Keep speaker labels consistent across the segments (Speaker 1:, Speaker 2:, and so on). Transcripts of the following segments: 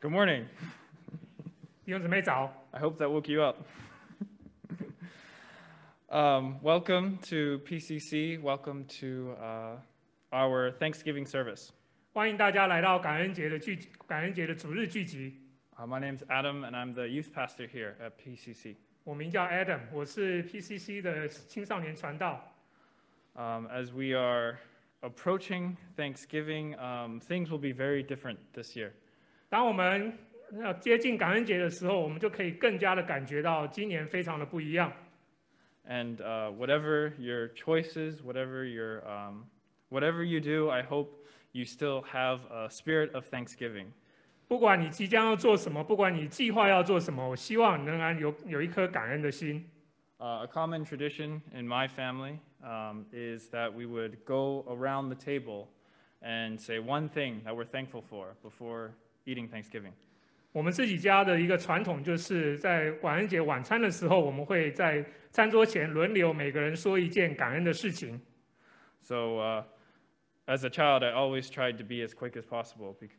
Speaker 1: Good morning.
Speaker 2: 弟兄姊妹早，
Speaker 1: I hope that woke you up. um, welcome to PCC. Welcome to uh, our Thanksgiving service.
Speaker 2: 欢迎大家来到感恩节的聚感恩节的主日聚集。
Speaker 1: Uh, my name's Adam, and I'm the youth pastor here at PCC.
Speaker 2: 我名叫 Adam，我是 PCC 的青少年传道。
Speaker 1: Um, as we are approaching Thanksgiving, um, things will be very different this year.
Speaker 2: 当我们要接近感恩节的时候，我们就可以更加的感觉到今年非常的不一样。
Speaker 1: And uh, whatever your choices, whatever your um, whatever you do, I hope you still have a spirit of Thanksgiving.
Speaker 2: 不管你即将要做什么，不管你计划要做什么，我希望你仍然有有一颗感恩的心。
Speaker 1: Uh, a common tradition in my family um, is that we would go around the table and say one thing that we're thankful for before eating Thanksgiving.
Speaker 2: 我们自己家的一个传统就是在感恩节晚餐的时候，我们会在餐桌前轮流每个人说一件感恩的事情。
Speaker 1: So, uh, as a child, I always tried to be as quick as possible. bec-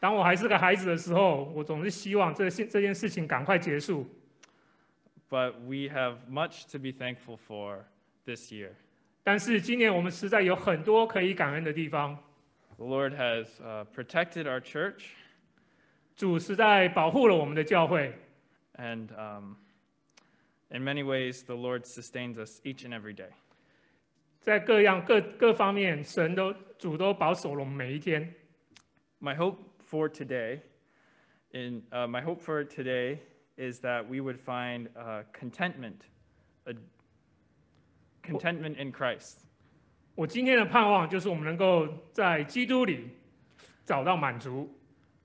Speaker 2: 当我还是个孩子的时候，我总是希望这件这件事情赶快结束。
Speaker 1: But we have much to be thankful for this year.
Speaker 2: 但是今年我们实在有很多可以感恩的地方，
Speaker 1: The Lord has uh, protected our church,
Speaker 2: 主实在保护了我们的教会，
Speaker 1: and um, in many ways, the Lord sustains us each and every day.
Speaker 2: 在各样各各方面，神都主都保守了我们每一天。
Speaker 1: My hope for today, in uh, my hope for today, is that we would find uh, contentment, a, contentment in Christ.
Speaker 2: 我今天的盼望就是我们能够在基督里找到满足，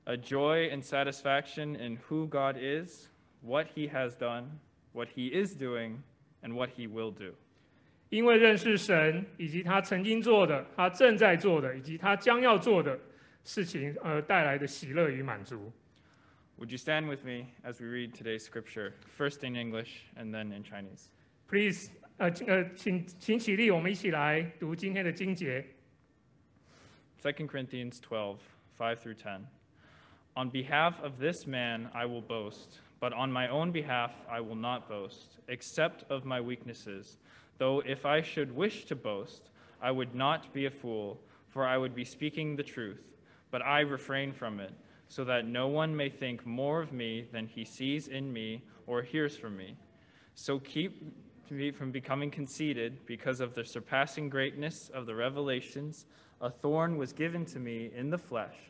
Speaker 1: a joy and satisfaction in who God is, what He has done, what He is doing, and what He will do.
Speaker 2: 因为认识神以及他曾经做的、他正在做的以及他将要做的事情而带来的喜乐与满足。
Speaker 1: Would you stand with me as we read today's scripture, first in English and then in Chinese?
Speaker 2: Please，呃，请呃，请请起立，我们一起来读今天的经节。
Speaker 1: 2 Corinthians 12, 5 through 10. On behalf of this man I will boast, but on my own behalf I will not boast, except of my weaknesses. Though if I should wish to boast, I would not be a fool, for I would be speaking the truth. But I refrain from it, so that no one may think more of me than he sees in me or hears from me. So keep me from becoming conceited because of the surpassing greatness of the revelations. A thorn was given to me in the flesh,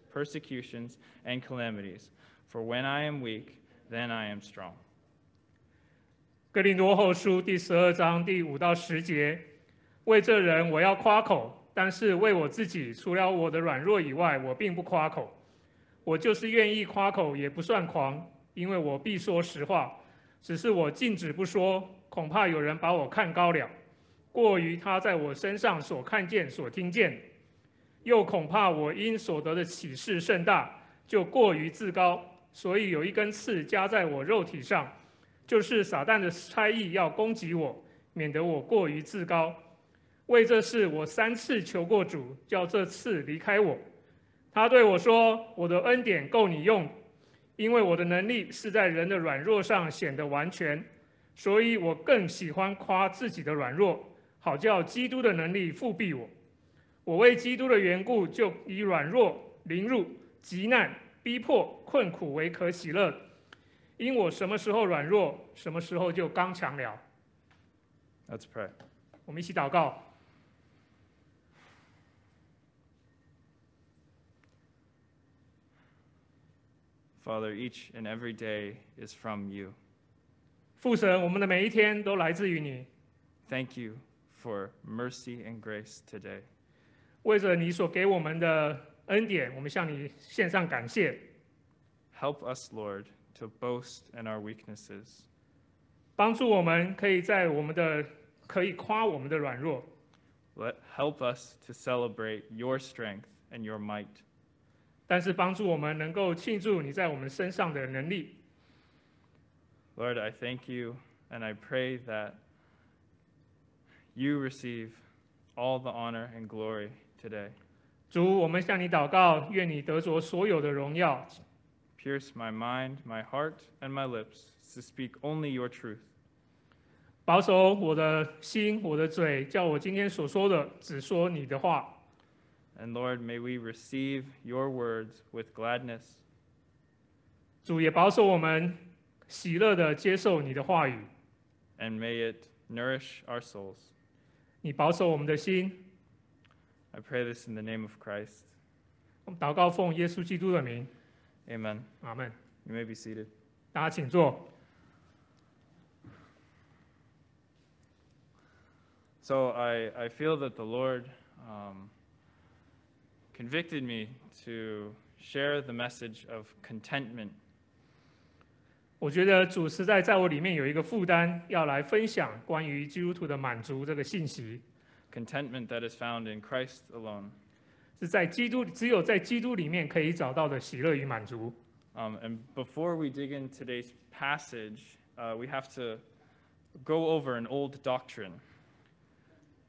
Speaker 1: persecutions, and calamities. For when I am weak, then I am strong.
Speaker 2: 哥林多后书第十二章第五到十节：为这人我要夸口，但是为我自己，除了我的软弱以外，我并不夸口。我就是愿意夸口，也不算狂，因为我必说实话。只是我禁止不说，恐怕有人把我看高了，过于他在我身上所看见、所听见；又恐怕我因所得的启示甚大，就过于自高，所以有一根刺加在我肉体上。就是撒旦的差役要攻击我，免得我过于自高。为这事，我三次求过主，叫这次离开我。他对我说：“我的恩典够你用，因为我的能力是在人的软弱上显得完全，所以我更喜欢夸自己的软弱，好叫基督的能力复辟我。我为基督的缘故，就以软弱、凌辱、极难、逼迫、困苦为可喜乐，因我什么时候软弱，什么时候就刚强了。
Speaker 1: Let's pray.
Speaker 2: 我们一起祷告，
Speaker 1: Father, each and every day is from you.
Speaker 2: 父神，我们的每一天都来自于你，
Speaker 1: Thank you for mercy and grace today.
Speaker 2: 为着你所给我们的恩典，我们向你献上感谢。
Speaker 1: Help us, Lord, to boast in our weaknesses,
Speaker 2: 帮助我们可以在我们的可以夸我们的软弱，
Speaker 1: Let help us to celebrate your strength and your might.
Speaker 2: 但是帮助我们能够庆祝你在我们身上的能力。
Speaker 1: Lord, I thank you and I pray that you receive all the honor and glory today.
Speaker 2: 主，我们向你祷告，愿你得着所有的荣耀。
Speaker 1: Pierce my mind, my heart, and my lips to speak only your truth.
Speaker 2: 保守我的心，我的嘴，叫我今天所说的只说你的话。
Speaker 1: And Lord, may we receive your words with gladness.
Speaker 2: 主也保守我们喜乐的接受你的话语，
Speaker 1: and may it nourish our souls.
Speaker 2: 你保守我们的心。
Speaker 1: I pray this in the name of Christ.
Speaker 2: 我们祷告奉耶稣基督的名，
Speaker 1: Amen.
Speaker 2: 阿门。
Speaker 1: You may be seated.
Speaker 2: 大家请坐。
Speaker 1: So I, I feel that the Lord um, convicted me to share the message of contentment.
Speaker 2: 我觉得主实在在我里面有一个负担，要来分享关于基督徒的满足这个信息，
Speaker 1: Contentment that is found in Christ alone.
Speaker 2: 是在基督只有在基督里面可以找到的喜乐与满足。
Speaker 1: Um, and before we dig in today's passage, uh, we have to go over an old doctrine.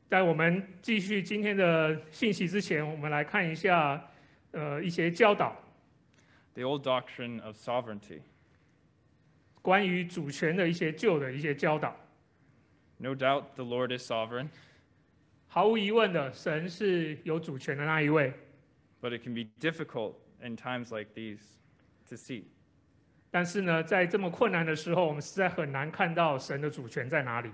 Speaker 2: 在我们继续今天的信息之前，我们来看一下，呃，一些教导
Speaker 1: The old doctrine of sovereignty.
Speaker 2: 关于主权的一些旧的一些教导。
Speaker 1: No doubt the Lord is sovereign,
Speaker 2: 毫无疑问的，神是有主权的那一位，
Speaker 1: But it can be difficult in times like these to see.
Speaker 2: 但是呢，在这么困难的时候，我们实在很难看到神的主权在哪里。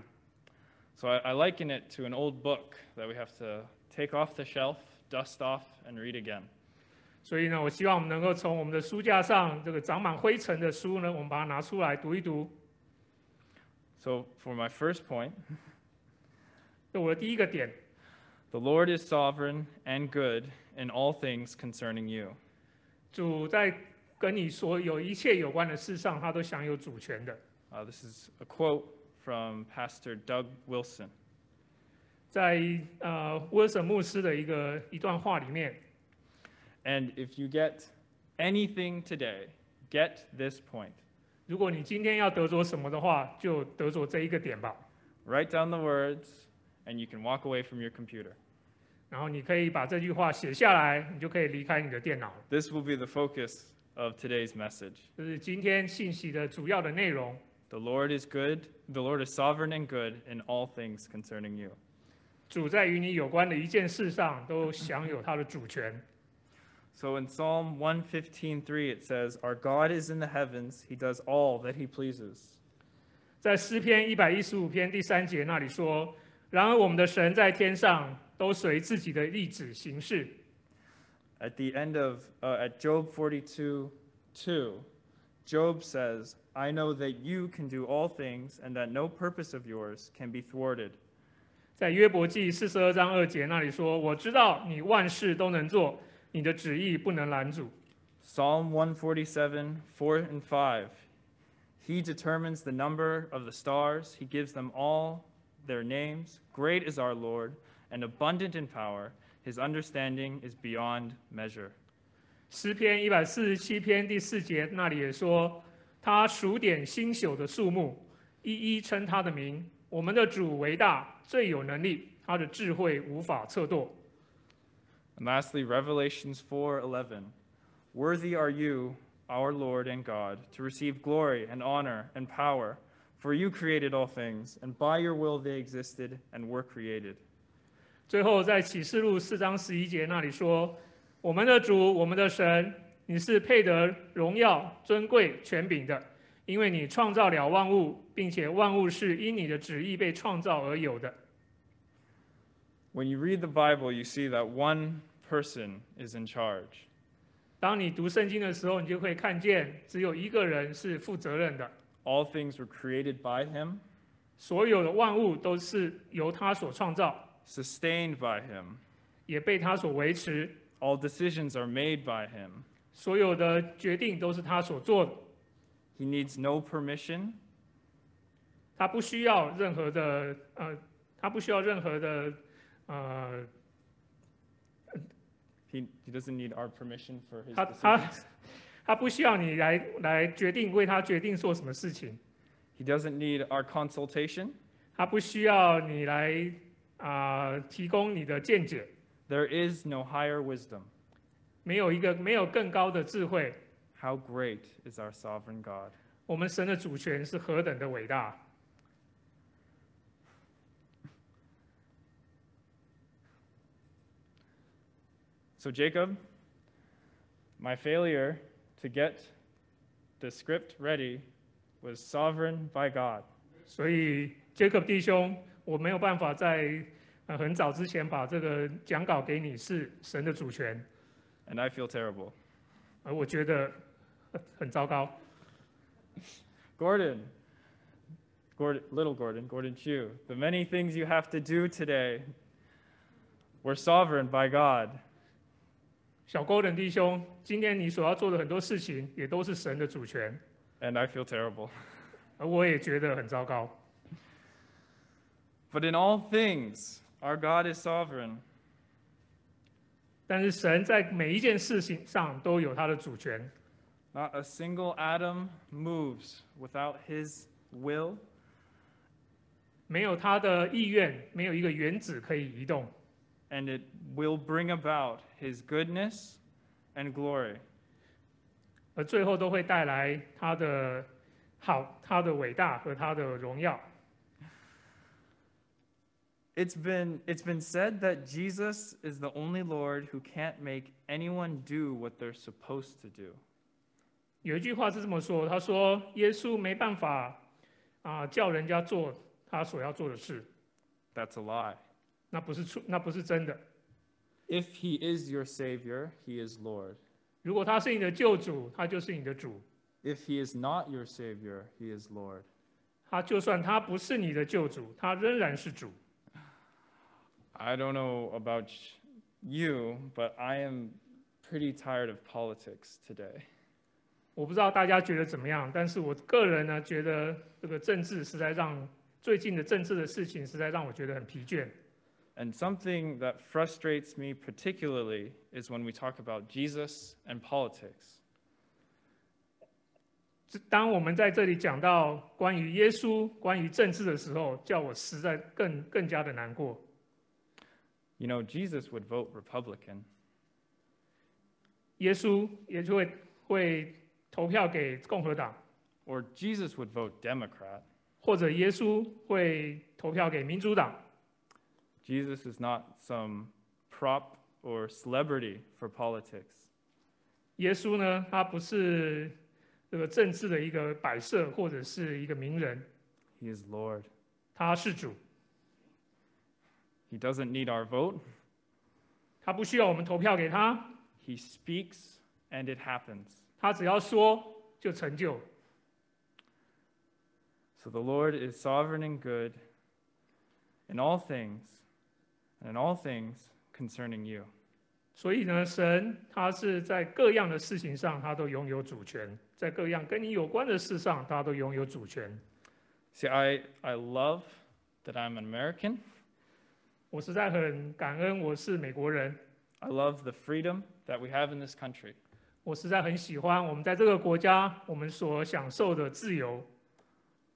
Speaker 1: So I, I liken it to an old book that we have to take off the shelf, dust off, and read again.
Speaker 2: 所以呢，我希望我们能够从我们的书架上这个长满灰尘的书呢，我们把它拿出来读一读。
Speaker 1: So, for my first point,
Speaker 2: 这我的第一个点，
Speaker 1: the Lord is sovereign and good in all things concerning you.
Speaker 2: 主在跟你所有一切有关的事上，他都享有主权的。
Speaker 1: Uh, this is a quote from Pastor Doug Wilson.
Speaker 2: 在呃威尔森牧师的一个一段话里面，
Speaker 1: And if you get anything today, get this point.
Speaker 2: 如果你今天要得着什么的话，就得着这一个点吧。
Speaker 1: Write down the words, and you can walk away from your computer.
Speaker 2: 然后你可以把这句话写下来，你就可以离开你的电脑了。
Speaker 1: This will be the focus of today's message.
Speaker 2: 这是今天信息的主要的内容。
Speaker 1: The Lord is good, the Lord is sovereign and good in all things concerning you.
Speaker 2: 主在与你有关的一件事上都享有他的主权。
Speaker 1: So in Psalm 115:3 it says, "Our God is in the heavens, he does all that he pleases."
Speaker 2: 在诗篇一百一十五篇第三节那里说：“然而我们的神在天上，都随自己的意志行事。
Speaker 1: At the end of uh, at Job 42:2, Job says, "I know that you can do all things and that no purpose of yours can be thwarted." ”
Speaker 2: 在约伯记四十二章二节那里说：“我知道你万事都能做，你的旨意不能拦阻。
Speaker 1: Psalm 147, 4 and 5. He determines the number of the stars, he gives them all their names. Great is our Lord and abundant in power. His understanding is beyond measure. ”
Speaker 2: 诗篇一百四十七篇第四节那里也说：“他数点星宿的数目，一一称他的名。我们的主为大，最有能力，他的智慧无法测度。”
Speaker 1: And lastly, Revelations 4:11. Worthy are you, our Lord and God, to receive glory and honor and power, for you created all things, and by your will they existed and were created.
Speaker 2: 最后，在启示录四章十一节那里说：“我们的主，我们的神，你是配得荣耀、尊贵、权柄的，因为你创造了万物，并且万物是因你的旨意被创造而有的。
Speaker 1: When you read the Bible, you see that one person is in charge. ”
Speaker 2: 当你读圣经的时候，你就会看见只有一个人是负责任的，
Speaker 1: All things were created by him,
Speaker 2: 所有的万物都是由他所创造，
Speaker 1: sustained by him.
Speaker 2: 也被他所维持，
Speaker 1: All decisions are made by him.
Speaker 2: 所有的决定都是他所做的，
Speaker 1: He needs no permission.
Speaker 2: 他不需要任何的呃，他不需要任何的呃，
Speaker 1: He, he doesn't need our permission for his
Speaker 2: 他他
Speaker 1: decisions.
Speaker 2: 他不需要你来来决定为他决定做什么事情，
Speaker 1: He doesn't need our consultation.
Speaker 2: 他不需要你来啊、呃提供你的见解，
Speaker 1: There is no higher wisdom.
Speaker 2: 没有一个没有更高的智慧，
Speaker 1: How great is our sovereign God?
Speaker 2: 我们神的主权是何等的伟大。
Speaker 1: So, Jacob, my failure to get the script ready was sovereign by God.
Speaker 2: 所以杰克弟兄，我没有办法在呃很早之前把这个讲稿给你，是神的主权，
Speaker 1: And I feel terrible.
Speaker 2: 而我觉得呃很糟糕。
Speaker 1: Gordon, Gordon, little Gordon, Gordon Chu, the many things you have to do today were sovereign by God.
Speaker 2: 小勾人弟兄，今天你所要做的很多事情，也都是神的主权，
Speaker 1: And I feel terrible.
Speaker 2: 而我也觉得很糟糕。
Speaker 1: But in all things, our God is sovereign.
Speaker 2: 但是神在每一件事情上都有他的主权，
Speaker 1: Not a single atom moves without his will.
Speaker 2: 没有他的意愿，没有一个原子可以移动，
Speaker 1: and it will bring about his goodness and glory.
Speaker 2: 而最后都会带来他的好、他的伟大和他的荣耀。
Speaker 1: It's been, it's been said that Jesus is the only Lord who can't make anyone do what they're supposed to do.
Speaker 2: 有一句话是这么说，他说：“耶稣没办法啊、叫人家做他所要做的事，
Speaker 1: That's a lie.
Speaker 2: 那不是出，那不是真的。
Speaker 1: If he is your Savior, he is Lord.
Speaker 2: 如果他是你的救主，他就是你的主；
Speaker 1: If he is not your Savior, he is Lord.
Speaker 2: 他就算他不是你的救主，他仍然是主。
Speaker 1: I don't know about you, but I am pretty tired of politics today. ”
Speaker 2: 我不知道大家觉得怎么样，但是我个人呢，觉得这个政治实在让最近的政治的事情实在让我觉得很疲倦。
Speaker 1: And something that frustrates me particularly is when we talk about Jesus and politics.
Speaker 2: 这当我们在这里讲到关于耶稣、关于政治的时候，叫我实在更更加的难过。
Speaker 1: You know, Jesus would vote Republican.
Speaker 2: 耶稣也就会会投票给共和党，
Speaker 1: Or Jesus would vote Democrat.
Speaker 2: 或者耶稣会投票给民主党。
Speaker 1: Jesus is not some prop or celebrity for politics.
Speaker 2: 耶稣呢，他不是这个政治的一个摆设或者是一个名人，
Speaker 1: He is Lord.
Speaker 2: 他是主，
Speaker 1: He doesn't need our vote.
Speaker 2: 他不需要我们投票给他，
Speaker 1: He speaks and it happens.
Speaker 2: 他只要说就成就。
Speaker 1: So the Lord is sovereign and good in all things, and in all things concerning you.
Speaker 2: 所以呢，神他是在各样的事情上他都拥有主权，在各样跟你有关的事上他都拥有主权。
Speaker 1: See, I, I love that I'm an American.
Speaker 2: 我实在很感恩，我是美国人，
Speaker 1: I love the freedom that we have in this country.
Speaker 2: 我实在很喜欢我们在这个国家我们所享受的自由，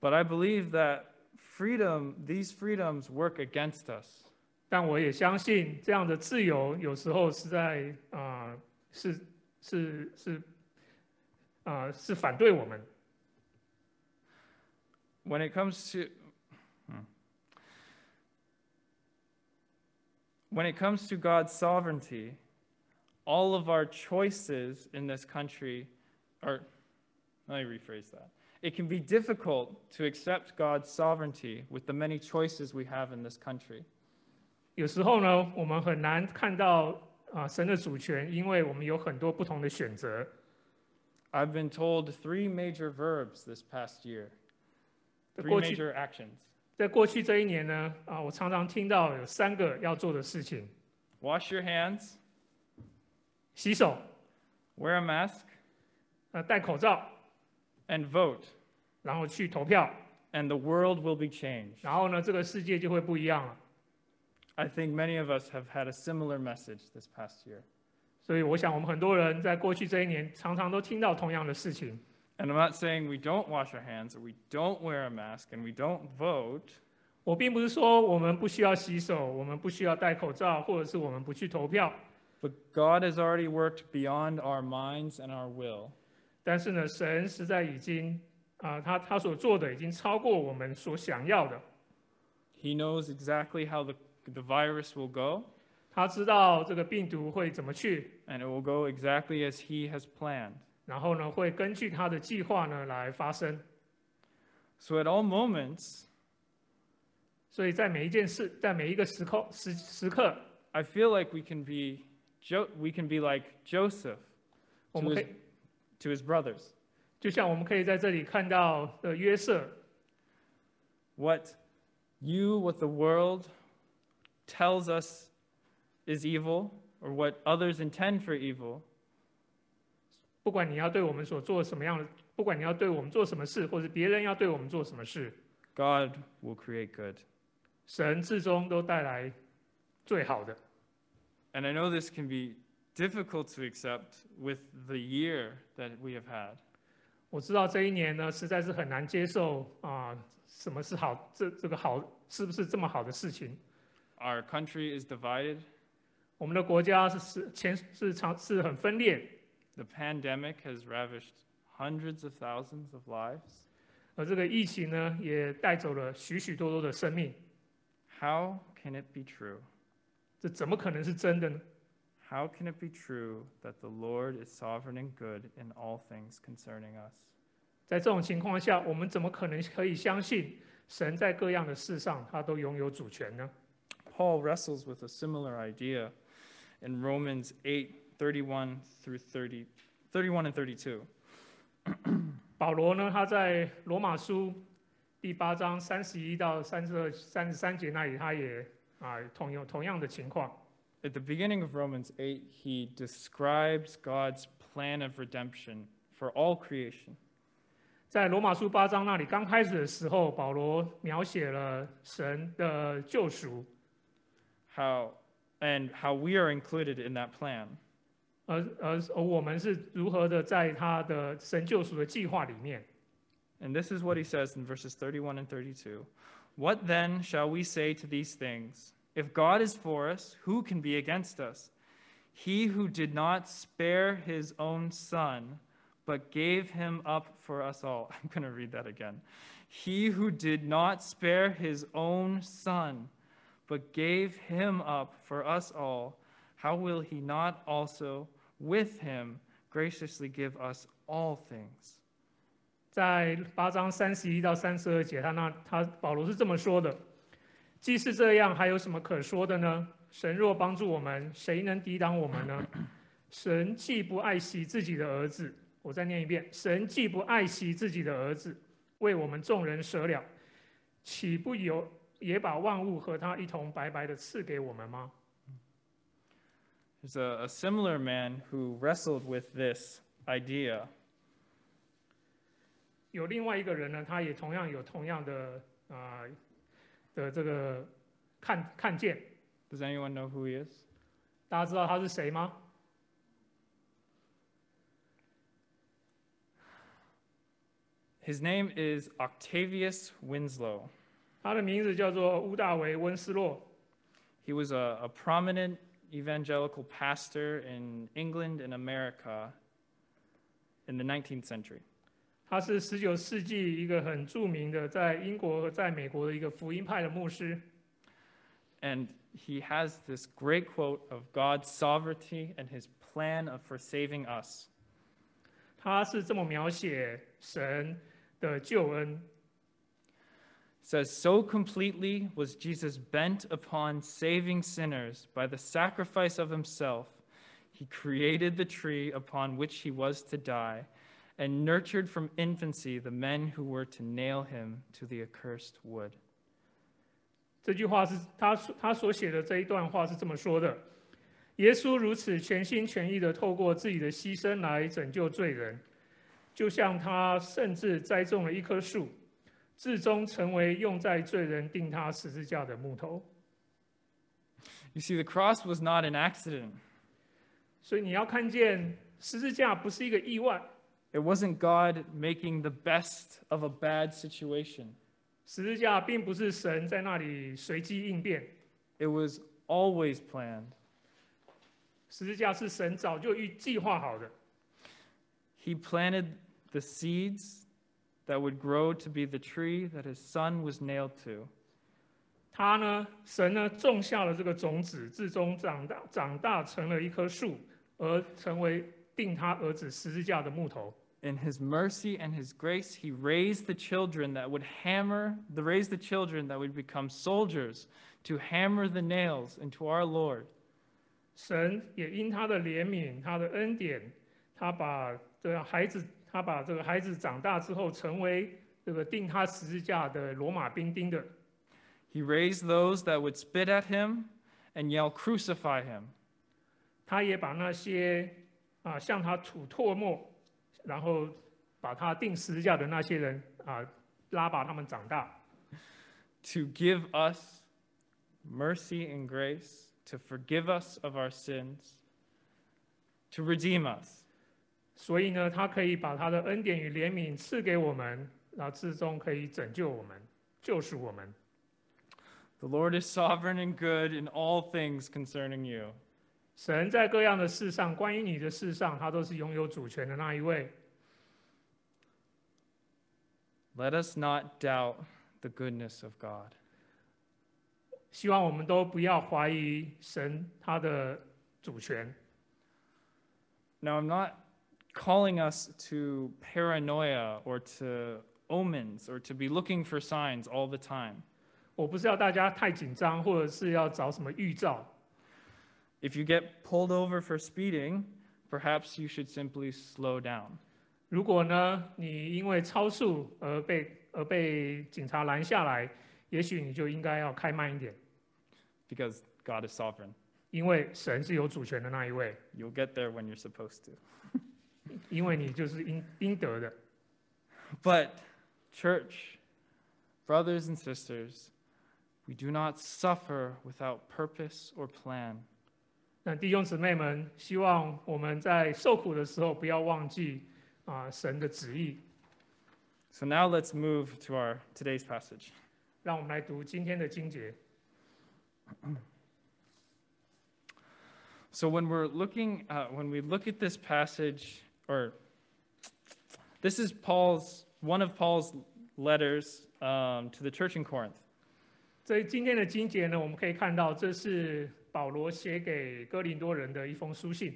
Speaker 1: But I believe that freedom, these freedoms work against us.
Speaker 2: 但我也相信这样的自由有时候是在啊、呃是是是啊、呃是反对我们。
Speaker 1: When it comes to hmm. when it comes to God's sovereignty, all of our choices in this country are let me rephrase that. It can be difficult to accept God's sovereignty with the many choices we have in this country.
Speaker 2: 有时候呢，我们很难看到啊、呃神的主权，因为我们有很多不同的选择。
Speaker 1: I've been told three major verbs this past year,
Speaker 2: 在
Speaker 1: three
Speaker 2: 过去
Speaker 1: major actions
Speaker 2: 在过去这一年呢，啊、我常常听到有三个要做的事情：
Speaker 1: wash your hands,
Speaker 2: 洗手、
Speaker 1: wear a mask,
Speaker 2: 呃，戴口罩，
Speaker 1: and vote,
Speaker 2: 然后去投票，
Speaker 1: and the world will be changed.
Speaker 2: 然后呢，这个世界就会不一样了。
Speaker 1: I think many of us have had a similar message this past year.
Speaker 2: 所以我想，我们很多人在过去这一年常常都听到同样的事情。
Speaker 1: And I'm not saying we don't wash our hands or we don't wear a mask and we don't vote,
Speaker 2: 我并不是说我们不需要洗手，我们不需要戴口罩，或者是我们不去投票。
Speaker 1: but God has already worked beyond our minds and our will.
Speaker 2: 但是呢，神实在已经啊、他他所做的已经超过我们所想要的。
Speaker 1: He knows exactly how the, the virus will go,
Speaker 2: 他知道这个病毒会怎么去，
Speaker 1: and it will go exactly as He has planned.
Speaker 2: 然后呢，会根据他的计划呢来发生。
Speaker 1: So at all moments,
Speaker 2: 所以在每一件事，在每一个时刻时时刻，
Speaker 1: I feel like we can be, jo- we can be like Joseph
Speaker 2: 我
Speaker 1: to
Speaker 2: 们可
Speaker 1: his,
Speaker 2: 以
Speaker 1: to his brothers.
Speaker 2: 就像我们可以在这里看到的约瑟，
Speaker 1: What you, what the world tells us is evil, or what others intend for evil,
Speaker 2: 不管你要对我们所做什么样的，不管你要对我们做什么事，或者别人要对我们做什么事，
Speaker 1: God will create good.
Speaker 2: 神至终都带来最好的。
Speaker 1: And I know this can be difficult to accept with the year that we have had.
Speaker 2: 我知道这一年呢，实在是很难接受啊、什么是好？这这个好是不是这么好的事情？
Speaker 1: Our country is divided,
Speaker 2: 我们的国家是是前是常是很分裂，
Speaker 1: the pandemic has ravished hundreds of thousands of lives.
Speaker 2: 而这个疫情呢，也带走了许许多多的生命。
Speaker 1: How can it be true?
Speaker 2: 这怎么可能是真的呢？
Speaker 1: How can it be true that the Lord is sovereign and good in all things concerning us?
Speaker 2: 在这种情况下，我们怎么可能可以相信神在各样的事上他都拥有主权呢？
Speaker 1: Paul wrestles with a similar idea in Romans 8 31 through 30, 31 and 32.
Speaker 2: 保罗呢，他在罗马书第八章三十一到三十二、三十三节那里，他也啊同有同样的情况。
Speaker 1: At the beginning of Romans 8, he describes God's plan of redemption for all creation.
Speaker 2: 在罗马书八章那里，刚开始的时候，保罗描写了神的救赎，
Speaker 1: How and how we are included in that plan.
Speaker 2: 而而而我们是如何的在他的神救赎的计划里面。
Speaker 1: And this is what he says in verses 31 and 32. What then shall we say to these things? If God is for us, who can be against us? He who did not spare his own son, but gave him up for us all. I'm going to read that again. He who did not spare his own son, but gave him up for us all, how will he not also with him graciously give us all things?
Speaker 2: 在八章三十一到三十二节，他那他保罗是这么说的：既是这样，还有什么可说的呢？神若帮助我们，谁能抵挡我们呢？神既不爱惜自己的儿子，我再念一遍：神既不爱惜自己的儿子，为我们众人舍了，岂不有也把万物和他一同白白的赐给我们吗？
Speaker 1: There's a, a similar man who wrestled with this idea.
Speaker 2: 有另外一个人呢，他也同样有同样的啊、呃的这个看看见。
Speaker 1: Does anyone know who he is?
Speaker 2: 大家知道他是谁吗？
Speaker 1: His name is Octavius Winslow.
Speaker 2: 他的名字叫做乌大维·温斯洛，
Speaker 1: He was a, a prominent evangelical pastor in England and America in the 19th century.
Speaker 2: 他是19世纪一个很著名的在英国和在美国的一个福音派的牧师。
Speaker 1: And he has this great quote of God's sovereignty and his plan of, for saving us.
Speaker 2: 他是这么描写神的救恩：
Speaker 1: It says, So completely was Jesus bent upon saving sinners by the sacrifice of himself, he created the tree upon which he was to die and nurtured from infancy the men who were to nail him to the accursed wood.
Speaker 2: 这句话是他他所写的这一段话是这么说的：耶稣如此全心全意地透过自己的牺牲来拯救罪人，就像他甚至栽种了一棵树，最终成为用在罪人钉他十字架的木头。
Speaker 1: You see, the cross was not an accident.
Speaker 2: 所以你要看见十字架不是一个意外，
Speaker 1: It wasn't God making the best of a bad situation.
Speaker 2: 十字架并不是神在那里随机应变，
Speaker 1: It was always planned.
Speaker 2: 十字架是神早就预计划好的。
Speaker 1: He planted the seeds that would grow to be the tree that his son was nailed to.
Speaker 2: 他呢，神呢种下了这个种子，最终长大长大成了一棵树，而成为定他儿子十字架的木头。
Speaker 1: In his mercy and his grace, he raised the children that would hammer, the raised the children that would become soldiers to hammer the nails into our Lord.
Speaker 2: 神也因他的怜悯、他的恩典，他把这个孩子，他把这个孩子长大之后，成为这个定他十字架的罗马兵丁的。
Speaker 1: He raised those that would spit at him and yell, Crucify him.
Speaker 2: 他也把那些啊向他吐唾沫，然后把他定十字架的那些人啊拉拔他们长大。
Speaker 1: to give us mercy and grace, to forgive us of our sins, to redeem us.
Speaker 2: 所以呢，他可以把他的恩典与怜悯赐给我们，然后最终可以拯救我们、救赎我们。
Speaker 1: The Lord is sovereign and good in all things concerning you.
Speaker 2: 神在各样的事上，关于你的事上，他都是拥有主权的那一位。
Speaker 1: Let us not doubt the goodness of God.
Speaker 2: 希望我们都不要怀疑神他的主权。
Speaker 1: Now, I'm not calling us to paranoia or to omens or to be looking for signs all the time.
Speaker 2: 我不是要大家太紧张，或者是要找什么预兆。
Speaker 1: If you get pulled over for speeding, perhaps you should simply slow down.
Speaker 2: 如果呢，你因为超速而被而被警察拦下来，也许你就应该要开慢一点，
Speaker 1: because God is sovereign.
Speaker 2: 因为神是有主权的那一位，
Speaker 1: You'll get there when you're supposed to.
Speaker 2: 因为你就是应应得的。
Speaker 1: But, church, brothers and sisters, we do not suffer without purpose or plan.
Speaker 2: 那弟兄姊妹们，希望我们在受苦的时候不要忘记啊、神的旨意。
Speaker 1: So now let's move to our today's passage.
Speaker 2: 让我们来读今天的经节。
Speaker 1: So when we're looking, uh, when we look at this passage, or this is Paul's one of Paul's letters um, to the church in Corinth.
Speaker 2: 所以今天的经节呢，我们可以看到这是保罗写给哥林多人的一封书信。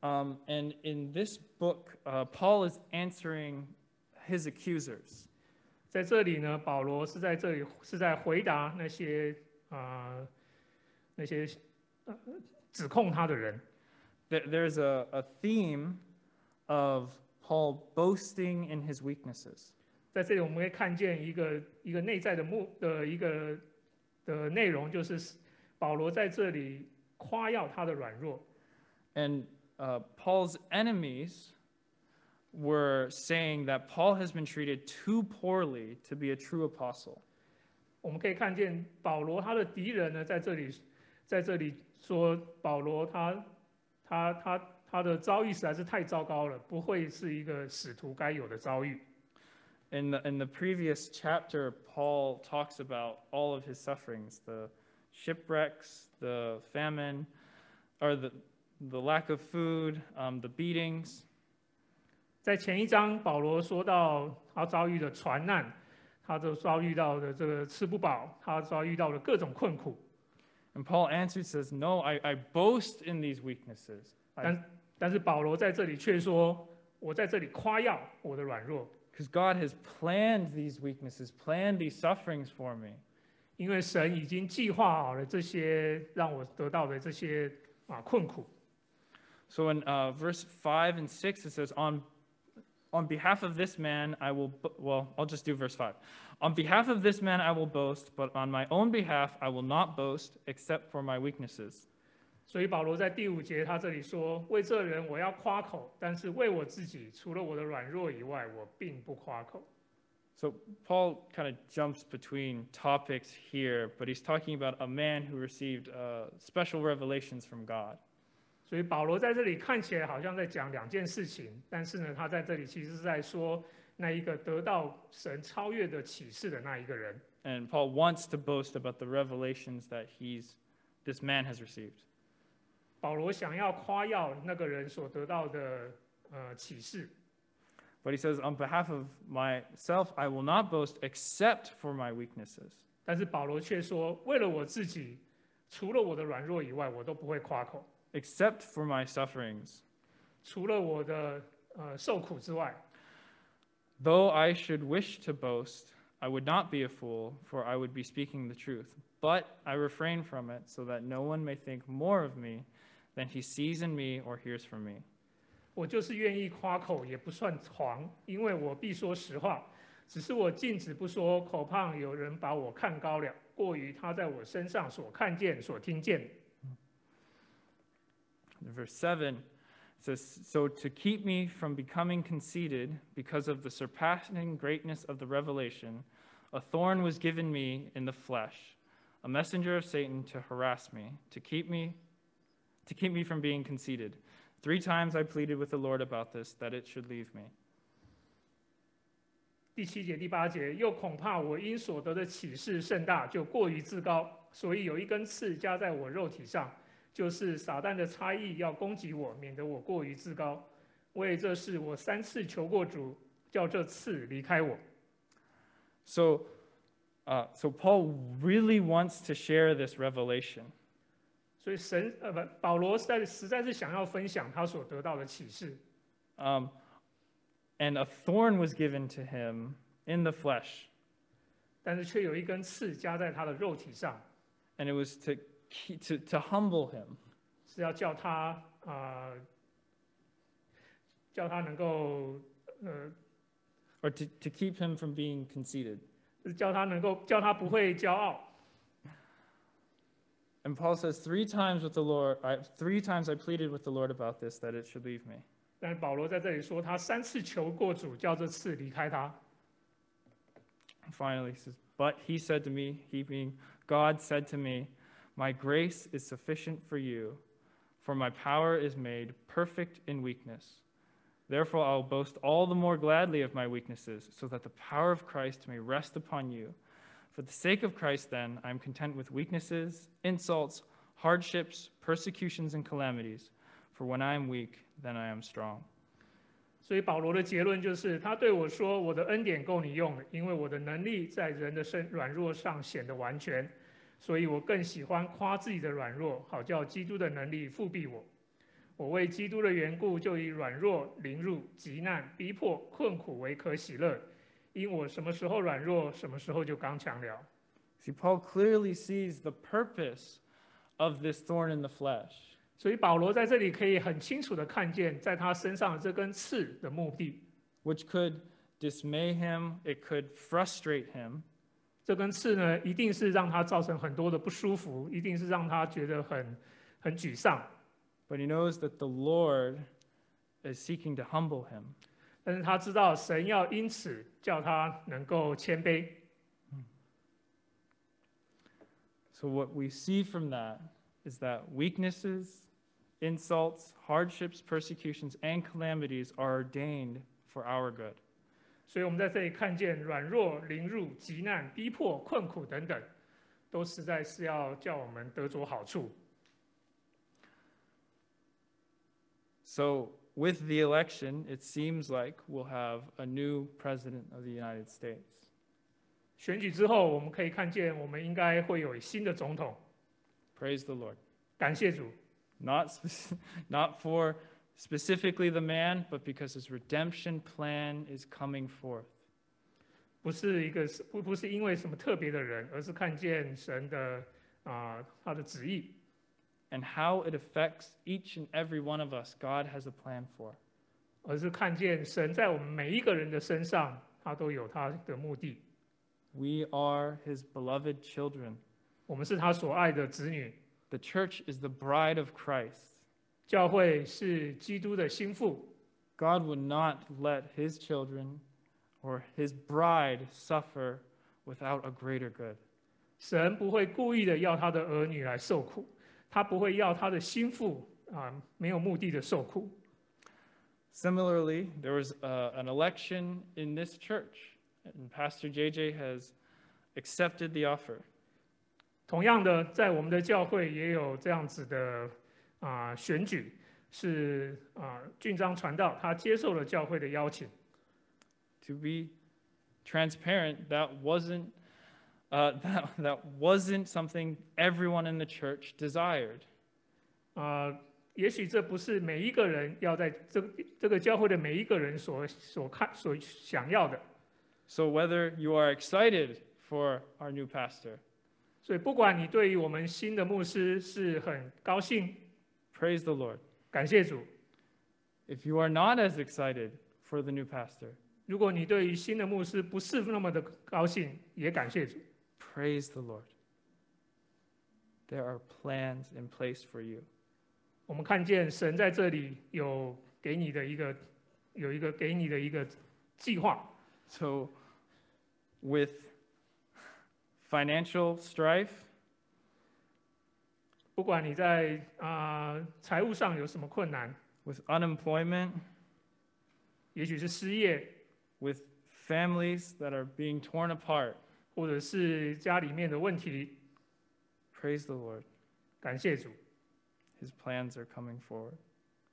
Speaker 1: Um, and in this book, uh, Paul is answering his accusers.
Speaker 2: 在这里呢，保罗是在这里是在回答那些啊、呃那些呃指控他的人。
Speaker 1: There- There's a, a theme of Paul boasting in his weaknesses.
Speaker 2: 在这里我们会看见一个一个内在的目的一个的内容，就是保罗在这里夸耀他的软弱。
Speaker 1: And uh, Paul's enemies were saying that Paul has been treated too poorly to be a true apostle.
Speaker 2: 我们可以看见保罗他的敌人呢，在这里在这里说保罗他他他他的遭遇实在是太糟糕了，不会是一个使徒该有的遭遇。
Speaker 1: In the, in the previous chapter, Paul talks about all of his sufferings the shipwrecks, the famine, or the, the lack of food, um, the beatings.
Speaker 2: 在前一章，保罗说到他遭遇的船难，他都遭遇到的这个吃不饱，他遭遇到的各种困苦。
Speaker 1: And Paul answers, says, No, I, I boast in these weaknesses. I
Speaker 2: 但但是保罗在这里却说：“我在这里夸耀我的软弱，
Speaker 1: Because God has planned these weaknesses, planned these sufferings for me.
Speaker 2: 因为神已经计划好了这些让我得到的这些啊困苦。”
Speaker 1: So in uh, verse 5 and 6, it says, on, on behalf of this man, I will, bo- well, I'll just do verse 5. On behalf of this man, I will boast, but on my own behalf, I will not boast except for my weaknesses.
Speaker 2: 所以保罗在第五节他这里说：“为这人我要夸口，但是为我自己，除了我的软弱以外，我并不夸口。
Speaker 1: So Paul kind of jumps between topics here, but he's talking about a man who received uh, special revelations from God. ”
Speaker 2: 所以保罗在这里看起来好像在讲两件事情，但是呢，他在这里其实是在说那一个得到神超越的启示的那一个人。
Speaker 1: And Paul wants to boast about the revelations that he's, this man has received.
Speaker 2: 保罗想要夸耀那个人所得到的呃启示，
Speaker 1: But he says, On behalf of myself, I will not boast except for my weaknesses.
Speaker 2: 但是保罗却说：“为了我自己，除了我的软弱以外，我都不会夸口；
Speaker 1: except for my sufferings.
Speaker 2: 除了我的呃受苦之外，
Speaker 1: Though I should wish to boast, I would not be a fool, for I would be speaking the truth. But I refrain from it, so that no one may think more of me than he sees in me or hears from me.
Speaker 2: 我就是愿意夸口，也不算狂，因为我必说实话。只是我禁止不说，口怕有人把我看高了，过于他在我身上所看见、所听见。
Speaker 1: In verse 7 it says, So to keep me from becoming conceited because of the surpassing greatness of the revelation, a thorn was given me in the flesh, a messenger of Satan to harass me, to keep me to keep me from being conceited. Three times I pleaded with the Lord about this, that it should leave me. ”
Speaker 2: 第七节、第八节，又恐怕我因所得的启示甚大，就过于自高，所以有一根刺加在我肉体上，就是撒旦的差役要攻击我，免得我过于自高。为这事，我三次求过主，叫这刺离开我。
Speaker 1: So uh, so Paul really wants to share this revelation.
Speaker 2: 所以神呃不，保罗实在实在是想要分享他所得到的启示，
Speaker 1: Um, and a thorn was given to him in the flesh.
Speaker 2: 但是却有一根刺加在他的肉体上，
Speaker 1: and it was to keep, to, to humble him.
Speaker 2: 是要叫他啊、呃叫他能够呃，
Speaker 1: Or to, to keep him from being conceited.
Speaker 2: 是叫他能够叫他不会骄傲。
Speaker 1: And Paul says, Three times with the Lord, I, three times I pleaded with the Lord about this, that it should leave me.
Speaker 2: 但是保罗在这里说，他三次求过主，叫这次离开他。
Speaker 1: And finally, he says, But he said to me, he being God said to me, My grace is sufficient for you, for my power is made perfect in weakness. Therefore, I'll boast all the more gladly of my weaknesses, so that the power of Christ may rest upon you. For the sake of Christ, then, I am content with weaknesses, insults, hardships, persecutions, and calamities. For when I am weak, then I am strong.
Speaker 2: 所以保罗的结论就是，他对我说：“我的恩典够你用了，因为我的能力在人的身软弱上显得完全，所以我更喜欢夸自己的软弱，好叫基督的能力复辟我。我为基督的缘故，就以软弱、凌辱、极难、逼迫、困苦为可喜乐，因我什么时候软弱，什么时候就刚强了。”
Speaker 1: See, Paul clearly sees the purpose of this thorn in the flesh.
Speaker 2: 所以保罗在这里可以很清楚的看见，在他身上的这根刺的目的。
Speaker 1: which could dismay him, it could frustrate him,
Speaker 2: 这根刺呢，一定是让他造成很多的不舒服，一定是让他觉得很很沮丧。
Speaker 1: but he knows that the Lord is seeking to humble him.
Speaker 2: 但是他知道神要因此叫他能够谦卑。
Speaker 1: So, what we see from that is that weaknesses, insults, hardships, persecutions, and calamities are ordained for our good.
Speaker 2: 所以我们在这里看见软弱、凌辱、极难、逼迫、困苦等等，都实在是要叫我们得着好处。
Speaker 1: So, with the election, it seems like we'll have a new president of the United States.
Speaker 2: 选举之后，我们可以看见，我们应该会有新的总统。
Speaker 1: Praise the Lord.
Speaker 2: 感谢主，
Speaker 1: Not, spec- not for specifically the man, but because his redemption plan is coming forth.
Speaker 2: 不是一个不不是因为什么特别的人，而是看见神的啊、他的旨意，
Speaker 1: And how it affects each and every one of us, God has a plan for.
Speaker 2: 而是看见神在我们每一个人的身上，他都有他的目的。
Speaker 1: We are his beloved children.
Speaker 2: 我们是他所爱的子女，
Speaker 1: The church is the bride of Christ.
Speaker 2: 教会是基督的心腹，
Speaker 1: God would not let his children or his bride suffer without a greater good.
Speaker 2: 神不会故意的要他的儿女来受苦，他不会要他的心腹啊没有目的的受苦。
Speaker 1: Similarly, there was uh, an election in this church, and Pastor JJ has accepted the offer.
Speaker 2: 同样的，在我们的教会也有这样子的啊、选举，是啊、俊章传道他接受了教会的邀请。
Speaker 1: To be transparent, that wasn't uh, that, that wasn't something everyone in the church desired.
Speaker 2: 啊、也许这不是每一个人要在这这个教会的每一个人所所看所想要的，
Speaker 1: So whether you are excited for our new pastor,
Speaker 2: 所以不管你对于我们新的牧师是很高兴，
Speaker 1: praise the Lord.
Speaker 2: 感谢主；
Speaker 1: If you are not as excited for the new pastor,
Speaker 2: 如果你对于新的牧师不是那么的高兴，也感谢主。
Speaker 1: praise the Lord. There are plans in place for you.
Speaker 2: 我们看见神在这里有给你的一个有一个给你的一个计划，
Speaker 1: So, with financial strife,
Speaker 2: 不管你在啊、财务上有什么困难，
Speaker 1: with unemployment,
Speaker 2: 也许是失业，
Speaker 1: with families that are being torn apart,
Speaker 2: 或者是家里面的问题，
Speaker 1: praise the Lord.
Speaker 2: 感谢主，
Speaker 1: His plans are coming forward.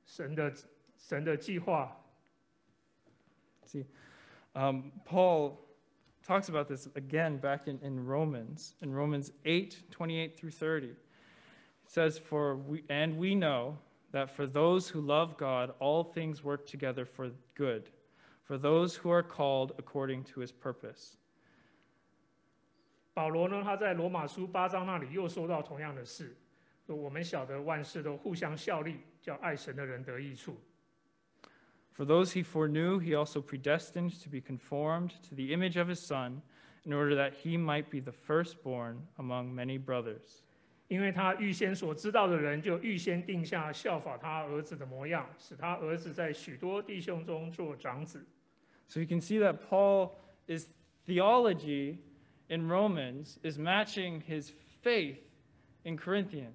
Speaker 2: 神的神的计划。
Speaker 1: See, um, Paul talks about this again back in, in Romans, in Romans 8 28 through 30. It says, For we, and we know that for those who love God, all things work together for good, for those who are called according to his purpose.
Speaker 2: 保罗呢，他在罗马书八章那里又说到同样的事，说我们晓得万事都互相效力，叫爱神的人得益处。
Speaker 1: For those he foreknew, he also predestined to be conformed to the image of his Son, in order that he might be the firstborn among many brothers.
Speaker 2: 因为他预先所知道的人，就预先定下效法他儿子的模样，使他儿子在许多弟兄中做长子。
Speaker 1: So you can see that Paul is theology in Romans is matching his faith in Corinthians.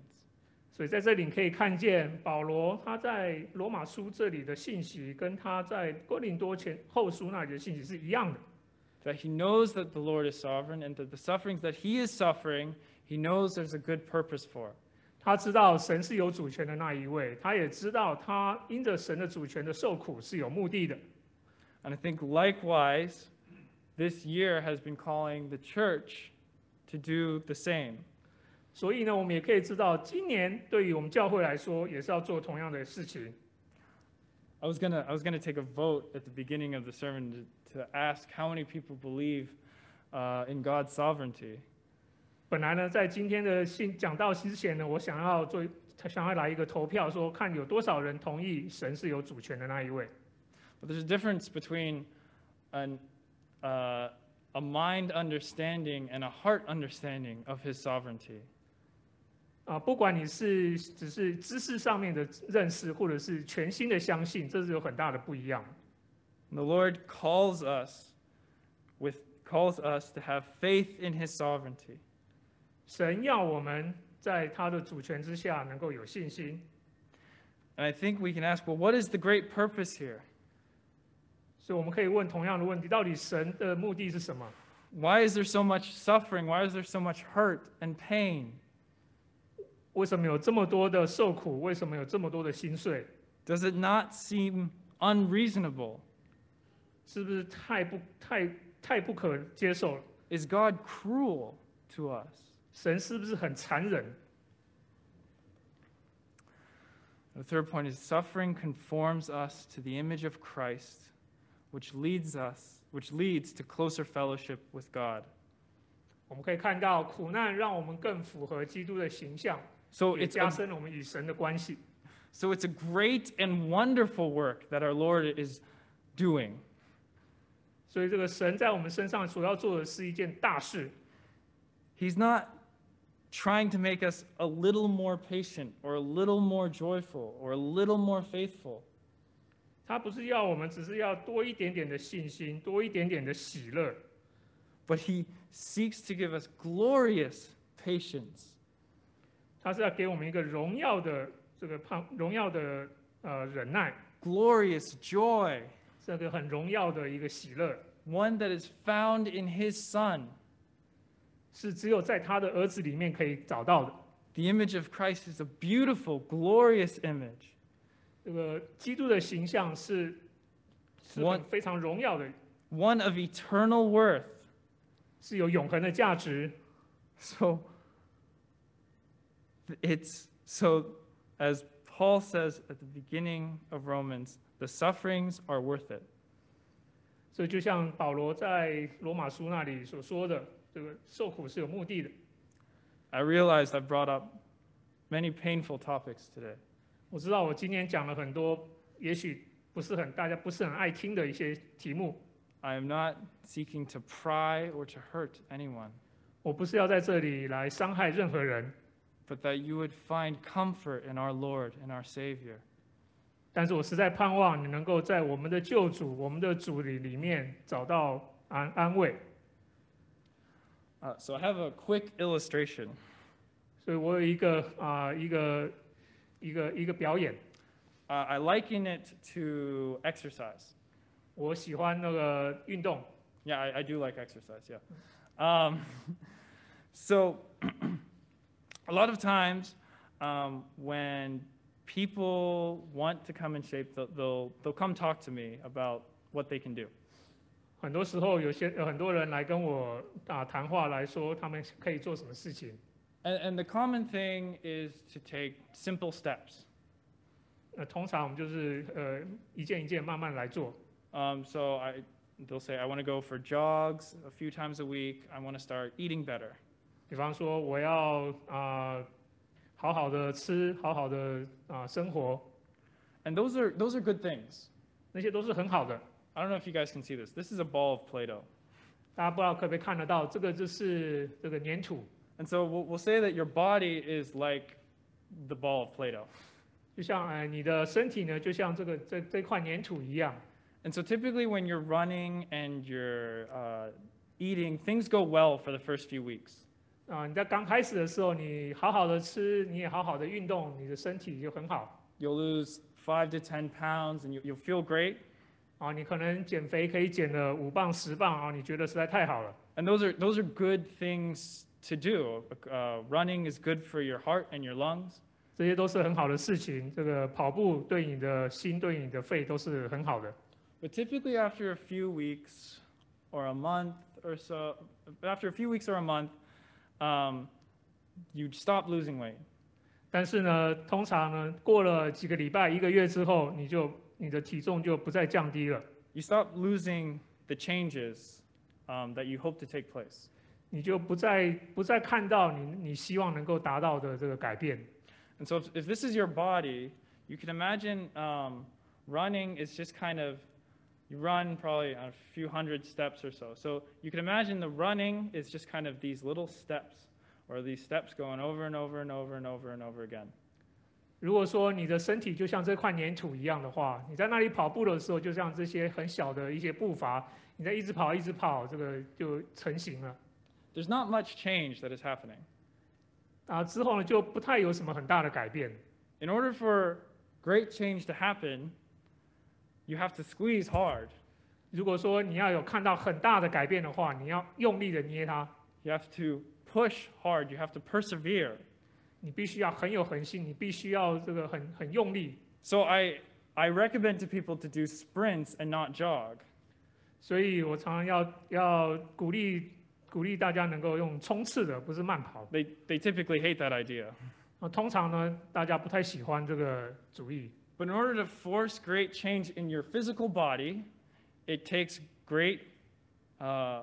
Speaker 2: 所以在这里你可以看见保罗他在罗马书这里的信息，跟他在哥林多前后书那里的信息是一样的。
Speaker 1: That he knows that the Lord is sovereign and that the sufferings that he is suffering, he knows there's a good purpose for.
Speaker 2: 他知道神是有主权的那一位，他也知道他因着神的主权的受苦是有目的的。
Speaker 1: And I think likewise, this year has been calling the church to do the same.
Speaker 2: 所以呢，我们也可以知道，今年对于我们教会来说，也是要做同样的事情。
Speaker 1: I was gonna I was gonna take a vote at the beginning of the sermon to, to ask how many people believe uh, in God's sovereignty.
Speaker 2: 本来呢，在今天的信讲到之前呢，我想要做，想要来一个投票，说看有多少人同意神是有主权的那一位。
Speaker 1: But there's a difference between an, uh, a mind understanding and a heart understanding of his sovereignty.
Speaker 2: 啊，不管你是只是知识上面的认识，或者是全新的相信，这是有很大的不一样。
Speaker 1: And the Lord calls us with calls us to have faith in his sovereignty.
Speaker 2: 神要我们在他的主权之下能够有信心，
Speaker 1: And I think we can ask, well, what is the great purpose here?
Speaker 2: 所以我们可以问同样的问题：到底神的目的是什么？
Speaker 1: Why is there so much suffering? Why is there so much hurt and pain?
Speaker 2: 为什么有这么多的受苦？为什么有这么多的心碎？
Speaker 1: Does it not seem unreasonable?
Speaker 2: 是不是太不太太不可接受了？
Speaker 1: Is God cruel to us?
Speaker 2: 神是不是很残忍？
Speaker 1: The third point is suffering conforms us to the image of Christ, which leads us, which leads to closer fellowship with God.
Speaker 2: 我们可以看到，苦难让我们更符合基督的形象，
Speaker 1: So
Speaker 2: 也
Speaker 1: it's
Speaker 2: 加
Speaker 1: a,
Speaker 2: 深了我们与神的关系。
Speaker 1: so it's a great and wonderful work that our Lord is doing.
Speaker 2: 所以，这个神在我们身上所要做的是一件大事。
Speaker 1: He's not trying to make us a little more patient or a little more joyful or a little more faithful.
Speaker 2: 他不是要我们，只是要多一点点的信心，多一点点的喜乐。
Speaker 1: But he seeks to give us glorious patience.
Speaker 2: 他是要给我们一个荣耀的这个盼，荣耀的呃忍耐，
Speaker 1: glorious joy,
Speaker 2: 这个很荣耀的一个喜乐，
Speaker 1: one that is found in his son.
Speaker 2: 是只有在他的儿子里面可以找到的。
Speaker 1: The image of Christ is a beautiful, glorious image,
Speaker 2: 这个基督的形象是是
Speaker 1: One-
Speaker 2: 很非常荣耀的，
Speaker 1: one of eternal worth.
Speaker 2: 是有永恒的价值。
Speaker 1: So it's so as Paul says at the beginning of Romans, the sufferings are worth it.
Speaker 2: 所以就像保罗在罗马书那里所说的，这个受苦是有目的的。
Speaker 1: I realized I brought up many painful topics today.
Speaker 2: 我知道我今天讲了很多，也许不是很大家不是很爱听的一些题目。
Speaker 1: I am not seeking to pry or to hurt anyone,
Speaker 2: 我不是要在这里来伤害任何人，
Speaker 1: but that you would find comfort in our Lord and our Savior.
Speaker 2: 但是我实在盼望你能够在我们的救主、我们的主里里面找到安安慰。
Speaker 1: Uh, so I have a quick illustration.
Speaker 2: 所以我有一个啊、一个一个一个表演，
Speaker 1: Uh, I liken it to exercise.
Speaker 2: 我喜欢那个运动，
Speaker 1: Yeah, I, I do like exercise. Yeah. Um, so, a lot of times um, when people want to come in shape, they'll, they'll, they'll come talk to me about what they can do.
Speaker 2: 很多时候有些有很多人来跟我啊谈话来说他们可以做什么事情，
Speaker 1: And, and the common thing is to take simple steps.
Speaker 2: 呃，通常我们就是呃一件一件慢慢来做，
Speaker 1: Um, so, I, they'll say, I want to go for jogs a few times a week. I want to start eating better.
Speaker 2: 比方说我要啊、好好的吃，好好的啊、生活，
Speaker 1: And those are, those are good things.
Speaker 2: 那些都是很好的。
Speaker 1: I don't know if you guys can see this. This is a ball of Play Doh.
Speaker 2: 大家不知道可不可以看得到，这个就是这个粘土，
Speaker 1: And so we'll, we'll say that your body is like the ball of Play Doh.
Speaker 2: 就像哎、呃你的身体呢，就像这个这这块粘土一样。
Speaker 1: And so typically, when you're running and you're uh, eating, things go well for the first few weeks.
Speaker 2: 啊、你在刚开始的时候，你好好的吃，你也好好的运动，你的身体就很好。
Speaker 1: You'll lose five to 10 pounds and you, you'll feel great.
Speaker 2: 啊，你可能减肥可以减了五磅十磅啊，你觉得实在太好了。
Speaker 1: And those are, those are good things to do. Uh, running is good for your heart and your lungs.
Speaker 2: 这些都是很好的事情，这个跑步对你的心、对你的肺都是很好的。
Speaker 1: But typically, after a few weeks or a month or so, after a few weeks or a month, um, you stop losing weight.
Speaker 2: 但是呢，通常呢，过了几个礼拜、一个月之后，你就你的体重就不再降低了，
Speaker 1: You stop losing the changes um, that you hope to take place.
Speaker 2: 你就不再不再看到你你希望能够达到的这个改变。
Speaker 1: And so, if, if this is your body, you can imagine um, running is just kind of you run probably a few hundred steps or so. So you can imagine the running is just kind of these little steps, or these steps going over and over and over and over and over again.
Speaker 2: 如果说你的身体就像这块粘土一样的话，你在那里跑步的时候，就像这些很小的一些步伐，你在一直跑一直跑，这个就成型了。
Speaker 1: There's not much change that is happening.
Speaker 2: 啊，之后呢就不太有什么很大的改变。
Speaker 1: In order for great change to happen, you have to squeeze hard.
Speaker 2: 如果说你要有看到很大的改变的话，你要用力的捏它，
Speaker 1: You have to push hard. You have to persevere.
Speaker 2: 你必须要很有恒心，你必须要这个很很用力。
Speaker 1: So I I recommend to people to do sprints and not jog.
Speaker 2: 所以我常常要要鼓励鼓励大家能够用冲刺的，不是慢跑。
Speaker 1: They they typically hate that idea.
Speaker 2: 啊，通常呢大家不太喜欢这个主意。
Speaker 1: But in order to force great change in your physical body, it takes great uh,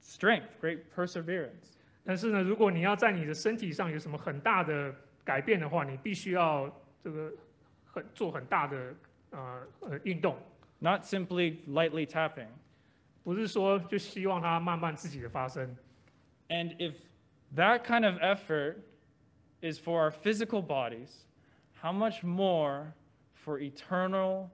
Speaker 1: strength, great perseverance.
Speaker 2: 但是呢，如果你要在你的身体上有什么很大的改变的话，你必须要这个很做很大的呃呃运动，
Speaker 1: Not simply lightly tapping.
Speaker 2: 不是说就希望它慢慢自己的发生。
Speaker 1: And if That kind of effort is for our physical bodies. How much more for eternal,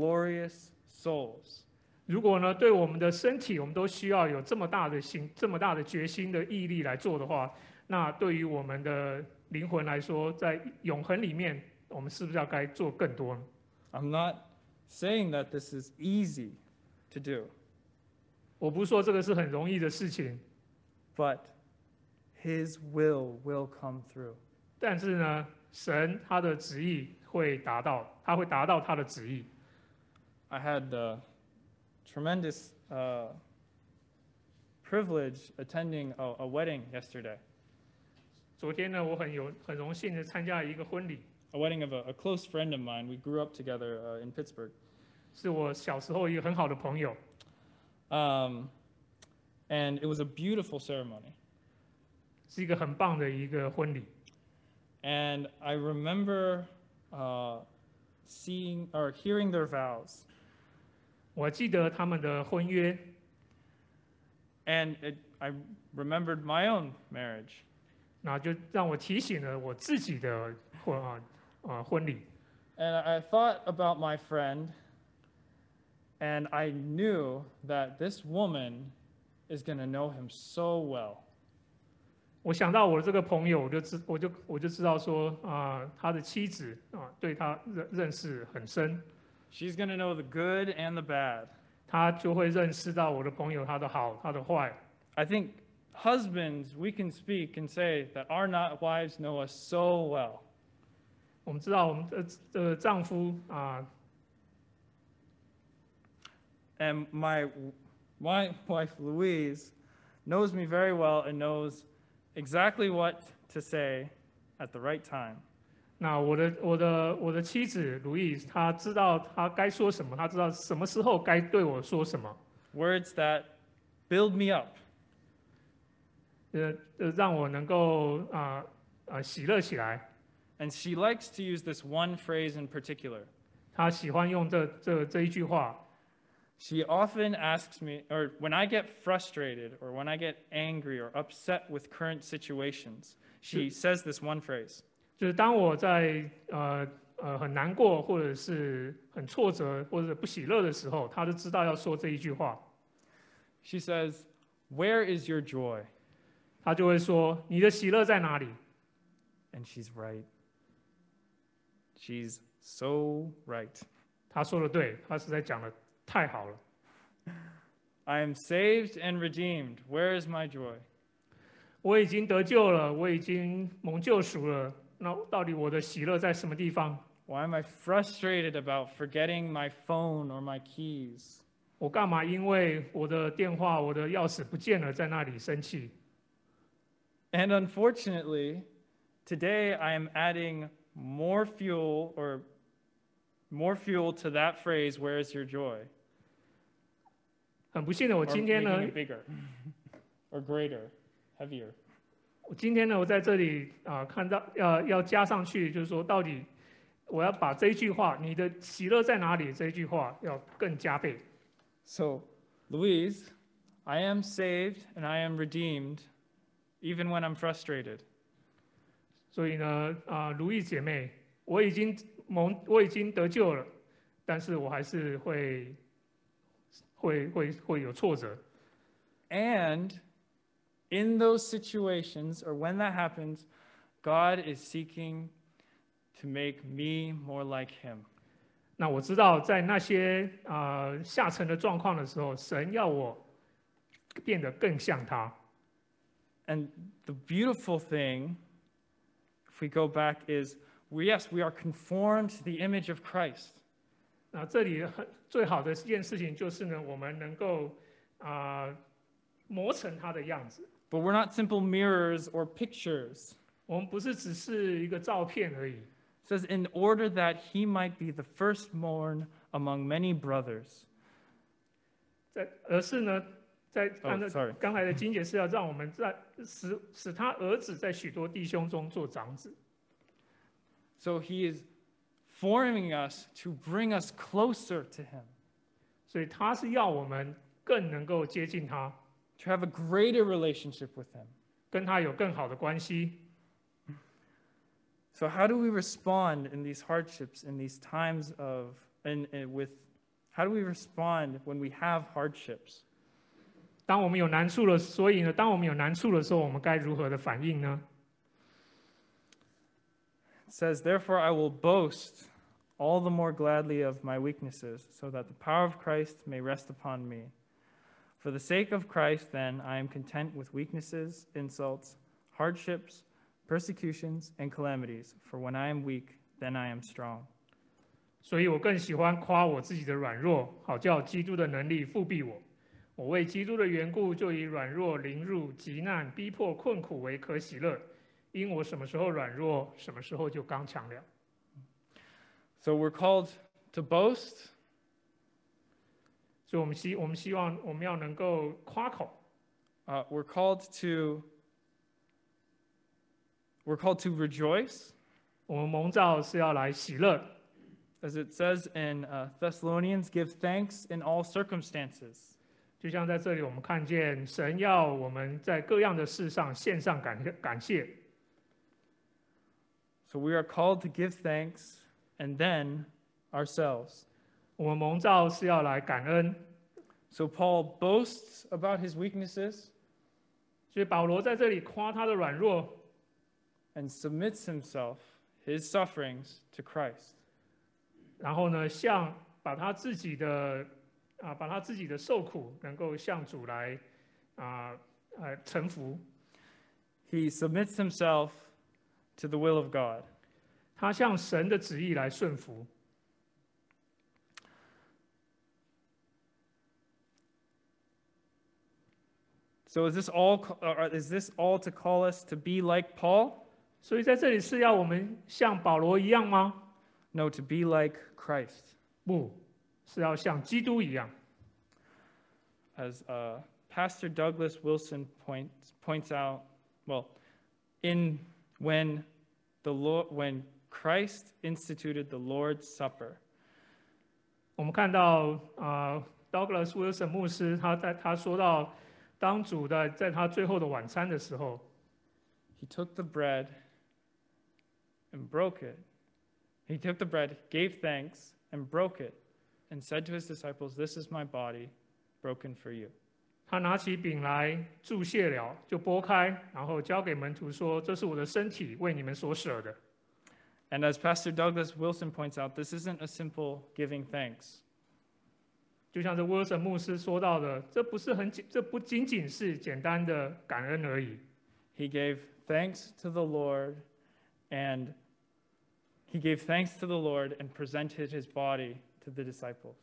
Speaker 1: glorious souls?
Speaker 2: 如果呢，对我们的身体，我们都需要有这么大的心、这么大的决心的毅力来做的话，那对于我们的灵魂来说，在永恒里面，我们是不是要该做更多呢？
Speaker 1: I'm not saying that this is easy to do,
Speaker 2: 我不是说这个是很容易的事情，
Speaker 1: but His will will come through.
Speaker 2: 但是呢，神他的旨意会达到，他会达到他的旨意。
Speaker 1: I had the tremendous uh, privilege attending a, a wedding yesterday,
Speaker 2: 昨天呢，我很有很荣幸的参加一个婚礼，
Speaker 1: a wedding of a, a close friend of mine. We grew up together uh, in Pittsburgh.
Speaker 2: 是我小时候一个很好的朋友，
Speaker 1: Um, and it was a beautiful ceremony.
Speaker 2: 是一个很棒的一个婚礼。
Speaker 1: And I remember uh, seeing or hearing their vows.
Speaker 2: 我记得他们的婚约，
Speaker 1: And it, I remembered my own marriage.
Speaker 2: 那就让我提醒了我自己的婚啊啊婚礼。
Speaker 1: And I I thought about my friend, and I knew that this woman is going to know him so well.
Speaker 2: 我想到我这个朋友，我就知我就我就知道说啊、他的妻子啊、对他认认识很深，
Speaker 1: She's going to know the good and the bad.
Speaker 2: 他就会认识到我的朋友他的好，他的坏。
Speaker 1: I think husbands, we can speak and say that our not wives know us so well.
Speaker 2: 我们知道我们的呃丈夫啊、
Speaker 1: And my, my wife, Louise, knows me very well and knows exactly what to say at the right time.
Speaker 2: 那我的我的我的妻子如意，她知道她该说什么，她知道什么时候该对我说什么，
Speaker 1: Words that build me up,
Speaker 2: 呃呃，让我能够啊啊、喜乐起来。
Speaker 1: And she likes to use this one phrase in particular.
Speaker 2: 他喜欢用这这这一句话。
Speaker 1: She often asks me, or when I get frustrated, or when I get angry or upset with current situations, she says this one phrase
Speaker 2: 就是当我在呃呃很难过，或者是很挫折，或者不喜乐的时候，他就知道要说这一句话，
Speaker 1: She says, Where is your joy?
Speaker 2: 他就会说：“你的喜乐在哪里
Speaker 1: And she's right. She's so right.？”
Speaker 2: 他说的对，他实在讲的太好了。
Speaker 1: I am saved and redeemed. Where is my joy?
Speaker 2: 我已经得救了，我已经蒙救赎了。那到底我的喜乐在什么地方？
Speaker 1: Why am I frustrated about forgetting my phone or my keys?
Speaker 2: 我干嘛因为我的电话、我的钥匙不见了，在那里生气？
Speaker 1: And unfortunately, today I am adding more fuel or more fuel to that phrase, where is your joy?
Speaker 2: 很不幸的，我
Speaker 1: Or
Speaker 2: 今天
Speaker 1: making
Speaker 2: 呢
Speaker 1: it bigger or greater, heavier.
Speaker 2: 我今天呢，我在这里啊、看到要要加上去，就是说，到底我要把这一句话“你的喜乐在哪里”这一句话要更加倍。
Speaker 1: So, Louise, I am saved and I am redeemed even when I'm frustrated.
Speaker 2: 所以呢，啊、如意姐妹，我已经蒙，我已经得救了，但是我还是会会会会有挫折。
Speaker 1: And in those situations or when that happens, God is seeking to make me more like Him.
Speaker 2: 那我知道，在那些啊、下沉的状况的时候，神要我变得更像他。
Speaker 1: And the beautiful thing, if we go back, is we, yes, we are conformed to the image of Christ.
Speaker 2: 那这里很最好的一件事情就是呢，我们能够啊、磨成他的样子。
Speaker 1: But we're not simple mirrors or pictures.
Speaker 2: 我们不是只是一个照片而已，
Speaker 1: It says, in order that he might be the firstborn among many brothers.
Speaker 2: 在而是呢，在按
Speaker 1: Oh,
Speaker 2: 照
Speaker 1: sorry.
Speaker 2: 刚才的金姐是要让我们在使使他儿子在许多弟兄中做长子，
Speaker 1: So he is forming us to bring us closer to him,
Speaker 2: 所以他是要我们更能够接近他，
Speaker 1: to have a greater relationship with him.
Speaker 2: 跟他有更好的关系。
Speaker 1: So, how do we respond in these hardships, in these times of, and, and with, how do we respond when we have hardships?
Speaker 2: 当我们有难处了，所以呢，当我们有难处的时候，我们该如何的反应呢？
Speaker 1: It says, Therefore, I will boast all the more gladly of my weaknesses, so that the power of Christ may rest upon me. For the sake of Christ, then, I am content with weaknesses, insults, hardships, persecutions, and calamities. For when I am weak, then I am strong.
Speaker 2: 所以我更喜欢夸我自己的软弱，好叫基督的能力复辟我。我为基督的缘故，就以软弱、凌辱、极难、逼迫、困苦为可喜乐，因我什么时候软弱，什么时候就刚强了。
Speaker 1: So we're called to boast,
Speaker 2: 所以，我们希我们希望我们要能够夸口，
Speaker 1: uh, we're called to. We're called to rejoice,
Speaker 2: 我们蒙召是要来喜乐，
Speaker 1: as it says in uh, Thessalonians give thanks in all circumstances.
Speaker 2: 就像在这里，我们看见神要我们在各样的事上献上感感谢，
Speaker 1: So we are called to give thanks and then ourselves.
Speaker 2: 我们蒙召是要来感恩。
Speaker 1: So Paul boasts about his weaknesses
Speaker 2: 所以保罗在这里夸他的软弱，
Speaker 1: and submits himself, his sufferings, to Christ.
Speaker 2: 然后呢，向把他自己的啊，把他自己的受苦能够向主来啊呃臣服，
Speaker 1: He submits himself to the will of God.
Speaker 2: 他向神的旨意来顺服。
Speaker 1: So is this all or is this all to call us to be like Paul?
Speaker 2: 所以在这里是要我们像保罗一样吗？
Speaker 1: No, to be like Christ.
Speaker 2: 不是要像基督一样。
Speaker 1: as uh, Pastor Douglas Wilson points points out, well, in when the Lord when Christ instituted the Lord's Supper,
Speaker 2: 我们看到啊、d o u g l a s Wilson 牧师他在他说到，当主的在他最后的晚餐的时候，
Speaker 1: he took the bread and broke it. He took the bread, gave thanks, and broke it, and said to his disciples, "This is my body, broken for you."
Speaker 2: 他拿起饼来注谢了，就拨开，然后交给门徒说：“这是我的身体，为你们所舍的。
Speaker 1: And as Pastor Douglas Wilson points out, this isn't a simple giving thanks. ”
Speaker 2: 就像这 Wilson 牧师说到的，这不是很简，这不仅仅是简单的感恩而已。
Speaker 1: He gave thanks to the Lord and he gave thanks to the Lord and presented his body to the disciples.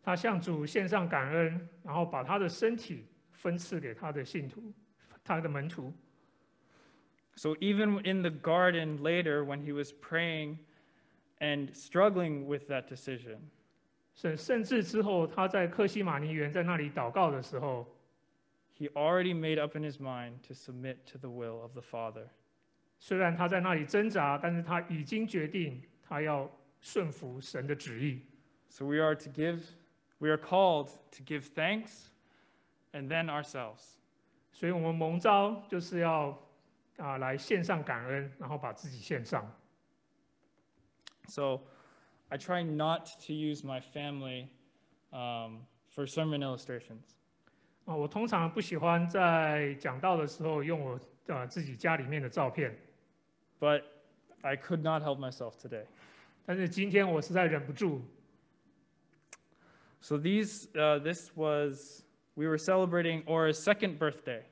Speaker 2: 他向主献上感恩，然后把他的身体分赐给他的信徒，他的门徒。
Speaker 1: So even in the garden later when he was praying and struggling with that decision,
Speaker 2: 甚甚至之后，他在克西马尼园在那里祷告的时候，
Speaker 1: he already made up in his mind to submit to the will of the Father.
Speaker 2: 虽然他在那里挣扎，但是他已经决定他要顺服神的旨意。
Speaker 1: So we are to give we are called to give thanks and then ourselves.
Speaker 2: 所以我们蒙召就是要啊来献上感恩，然后把自己献上。
Speaker 1: So I try not to use my family um, for sermon illustrations.
Speaker 2: 啊，我通常不喜欢在讲道的时候用我啊自己家里面的照片，
Speaker 1: but I could not help myself today.
Speaker 2: 但是今天我实在忍不住。
Speaker 1: So these, uh, this was, we were celebrating Ora's second birthday.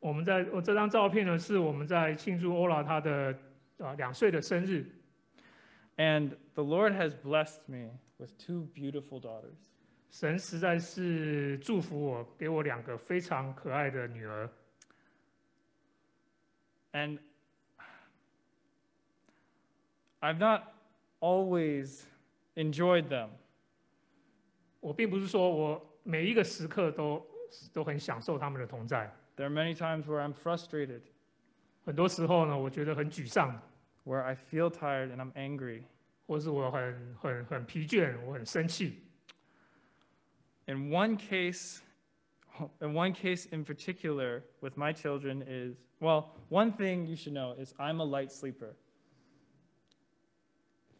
Speaker 2: 我们在我呃这张照片呢，是我们在庆祝欧拉他的啊两岁的生日。
Speaker 1: And the Lord has blessed me with two beautiful daughters.
Speaker 2: 神实在是祝福我，给我两个非常可爱的女儿。
Speaker 1: And I've not always enjoyed them.
Speaker 2: 我并不是说我每一个时刻都都很享受他们的同在，
Speaker 1: There are many times where I'm frustrated,
Speaker 2: 很多时候呢，我觉得很沮丧，
Speaker 1: where I feel tired and I'm angry.
Speaker 2: 或是我很很很疲倦，我很生气。
Speaker 1: In one case, in one case in particular with my children is well, one thing you should know is I'm a light sleeper.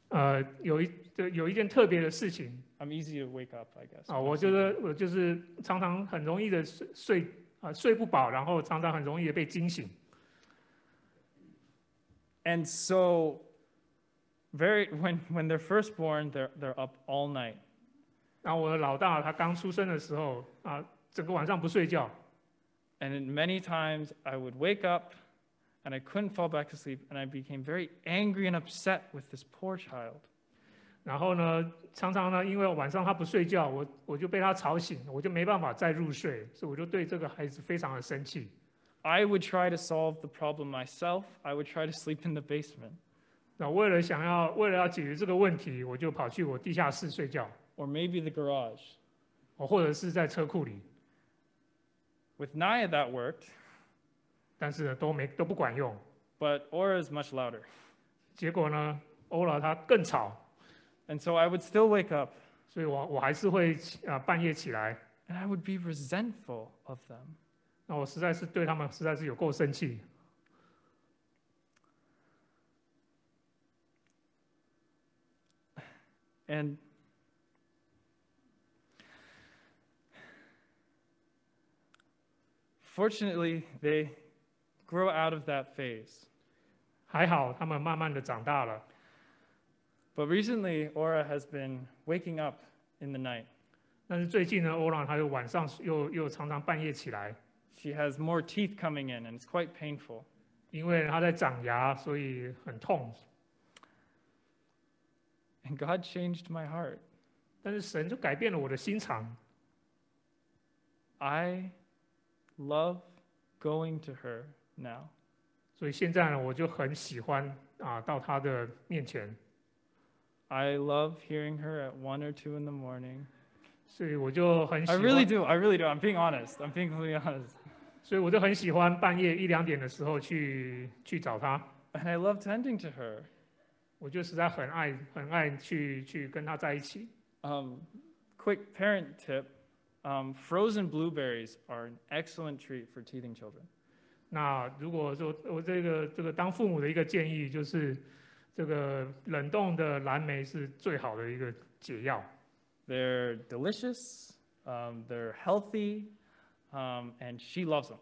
Speaker 2: 呃，有一就有一件特别的事情
Speaker 1: I'm easy to wake up, I guess.
Speaker 2: 啊，我觉得我就是常常很容易的睡睡啊、睡不饱，然后常常很容易的被惊醒。
Speaker 1: And so, very when when they're first born, they're they're up all night.
Speaker 2: 然后我的老大他刚出生的时候啊，整个晚上不睡觉，
Speaker 1: And in many times I would wake up and I couldn't fall back to sleep and I became very angry and upset with this poor child.
Speaker 2: 然后呢，常常呢，因为晚上他不睡觉，我我就被他吵醒，我就没办法再入睡，所以我就对这个孩子非常的生气。
Speaker 1: I would try to solve the problem myself. I would try to sleep in the basement
Speaker 2: 那为了想要为了要解决这个问题，我就跑去我地下室睡觉，
Speaker 1: or maybe the garage.
Speaker 2: 我或者是在车库里，
Speaker 1: With Naya that worked,
Speaker 2: 但是呢都没都不管用。
Speaker 1: but Aura is much louder.
Speaker 2: 结果呢，欧了他更吵，
Speaker 1: And so I would still wake up
Speaker 2: 所以我我还是会起啊、半夜起来，
Speaker 1: and I would be resentful of them.
Speaker 2: 那我实在是对他们实在是有够生气。
Speaker 1: And fortunately, they grow out of that phase.
Speaker 2: 还好他们慢慢的长大了，
Speaker 1: But recently, Aura has been waking up in the night.
Speaker 2: 但是最近呢，欧朗他又晚上又又常常半夜起来，
Speaker 1: She has more teeth coming in, and it's quite painful.
Speaker 2: 因为他在长牙，所以很痛。
Speaker 1: And God changed my heart.
Speaker 2: 但是神就改变了我的心肠，
Speaker 1: I love going to her now.
Speaker 2: 所以现在呢，我就很喜欢啊到他的面前，
Speaker 1: I love hearing her at one or two in the morning.
Speaker 2: 所以我就很喜
Speaker 1: I
Speaker 2: 欢
Speaker 1: really do. I really do. I'm being honest. I'm being completely honest.
Speaker 2: 所以我就很喜欢半夜一两点的时候去去找他，
Speaker 1: And I love tending to her.
Speaker 2: 我就实在很爱很爱去去跟他在一起。
Speaker 1: Um, quick parent tip um, frozen blueberries are an excellent treat for teething children.
Speaker 2: 那如果说我这个这个当父母的一个建议就是，这个冷冻的蓝莓是最好的一个解药，
Speaker 1: They're delicious, um, they're healthy, um, and she loves them.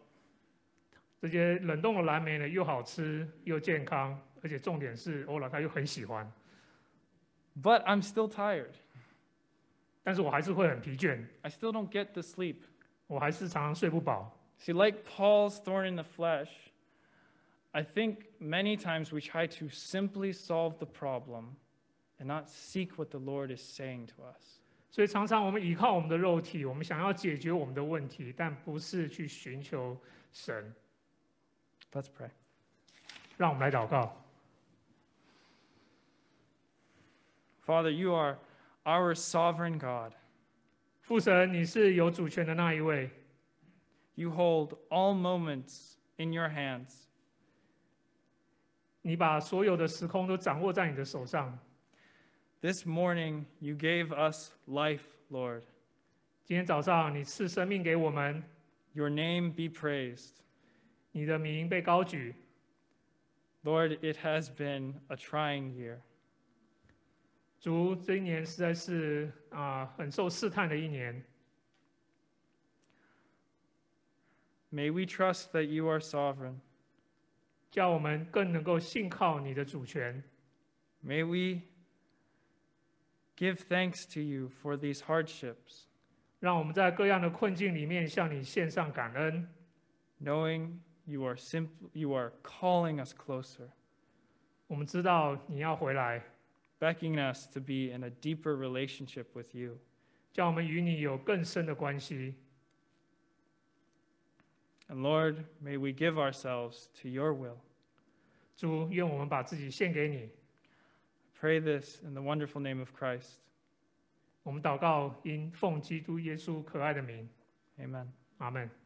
Speaker 2: 这些冷冻的蓝莓呢又好吃又健康，而且重点是欧老他又很喜欢，
Speaker 1: But I'm still tired.
Speaker 2: 但是我还是会很疲倦，
Speaker 1: I still don't get the sleep.
Speaker 2: 我还是常常睡不饱。
Speaker 1: See, like Paul's thorn in the flesh, I think many times we try to simply solve the problem and not seek what the Lord is saying to us.
Speaker 2: 所以常常我们依靠我们的肉体，我们想要解决我们的问题，但不是去寻求神。
Speaker 1: Let's pray.
Speaker 2: 让我们来祷告，
Speaker 1: Father, you are our sovereign God.
Speaker 2: 父神，你是有主权的那一位，
Speaker 1: You hold all moments in your hands.
Speaker 2: 你把所有的时空都掌握在你的手上。
Speaker 1: This morning, you gave us life, Lord.
Speaker 2: 今天早上你赐生命给我们，
Speaker 1: Your name be praised.
Speaker 2: 你的名被高举。
Speaker 1: Lord, it has been a trying year.
Speaker 2: 主，这一年实在是啊、很受试探的一年。
Speaker 1: May we trust that you are sovereign.
Speaker 2: 叫我们更能够信靠你的主权。
Speaker 1: May we give thanks to you for these hardships,
Speaker 2: 让我们在各样的困境里面向你献上感恩，
Speaker 1: knowing you are simp- you are calling us closer,
Speaker 2: 我们知道你要回来，
Speaker 1: beckoning us to be in a deeper relationship with you.
Speaker 2: 叫我们与你有更深的关系。
Speaker 1: And Lord, may we give ourselves to your will.
Speaker 2: 主，愿我们把自己献给你。
Speaker 1: Pray this in the wonderful name of Christ.
Speaker 2: 我们祷告，因奉基督耶稣可爱的名，
Speaker 1: Amen.
Speaker 2: 阿门。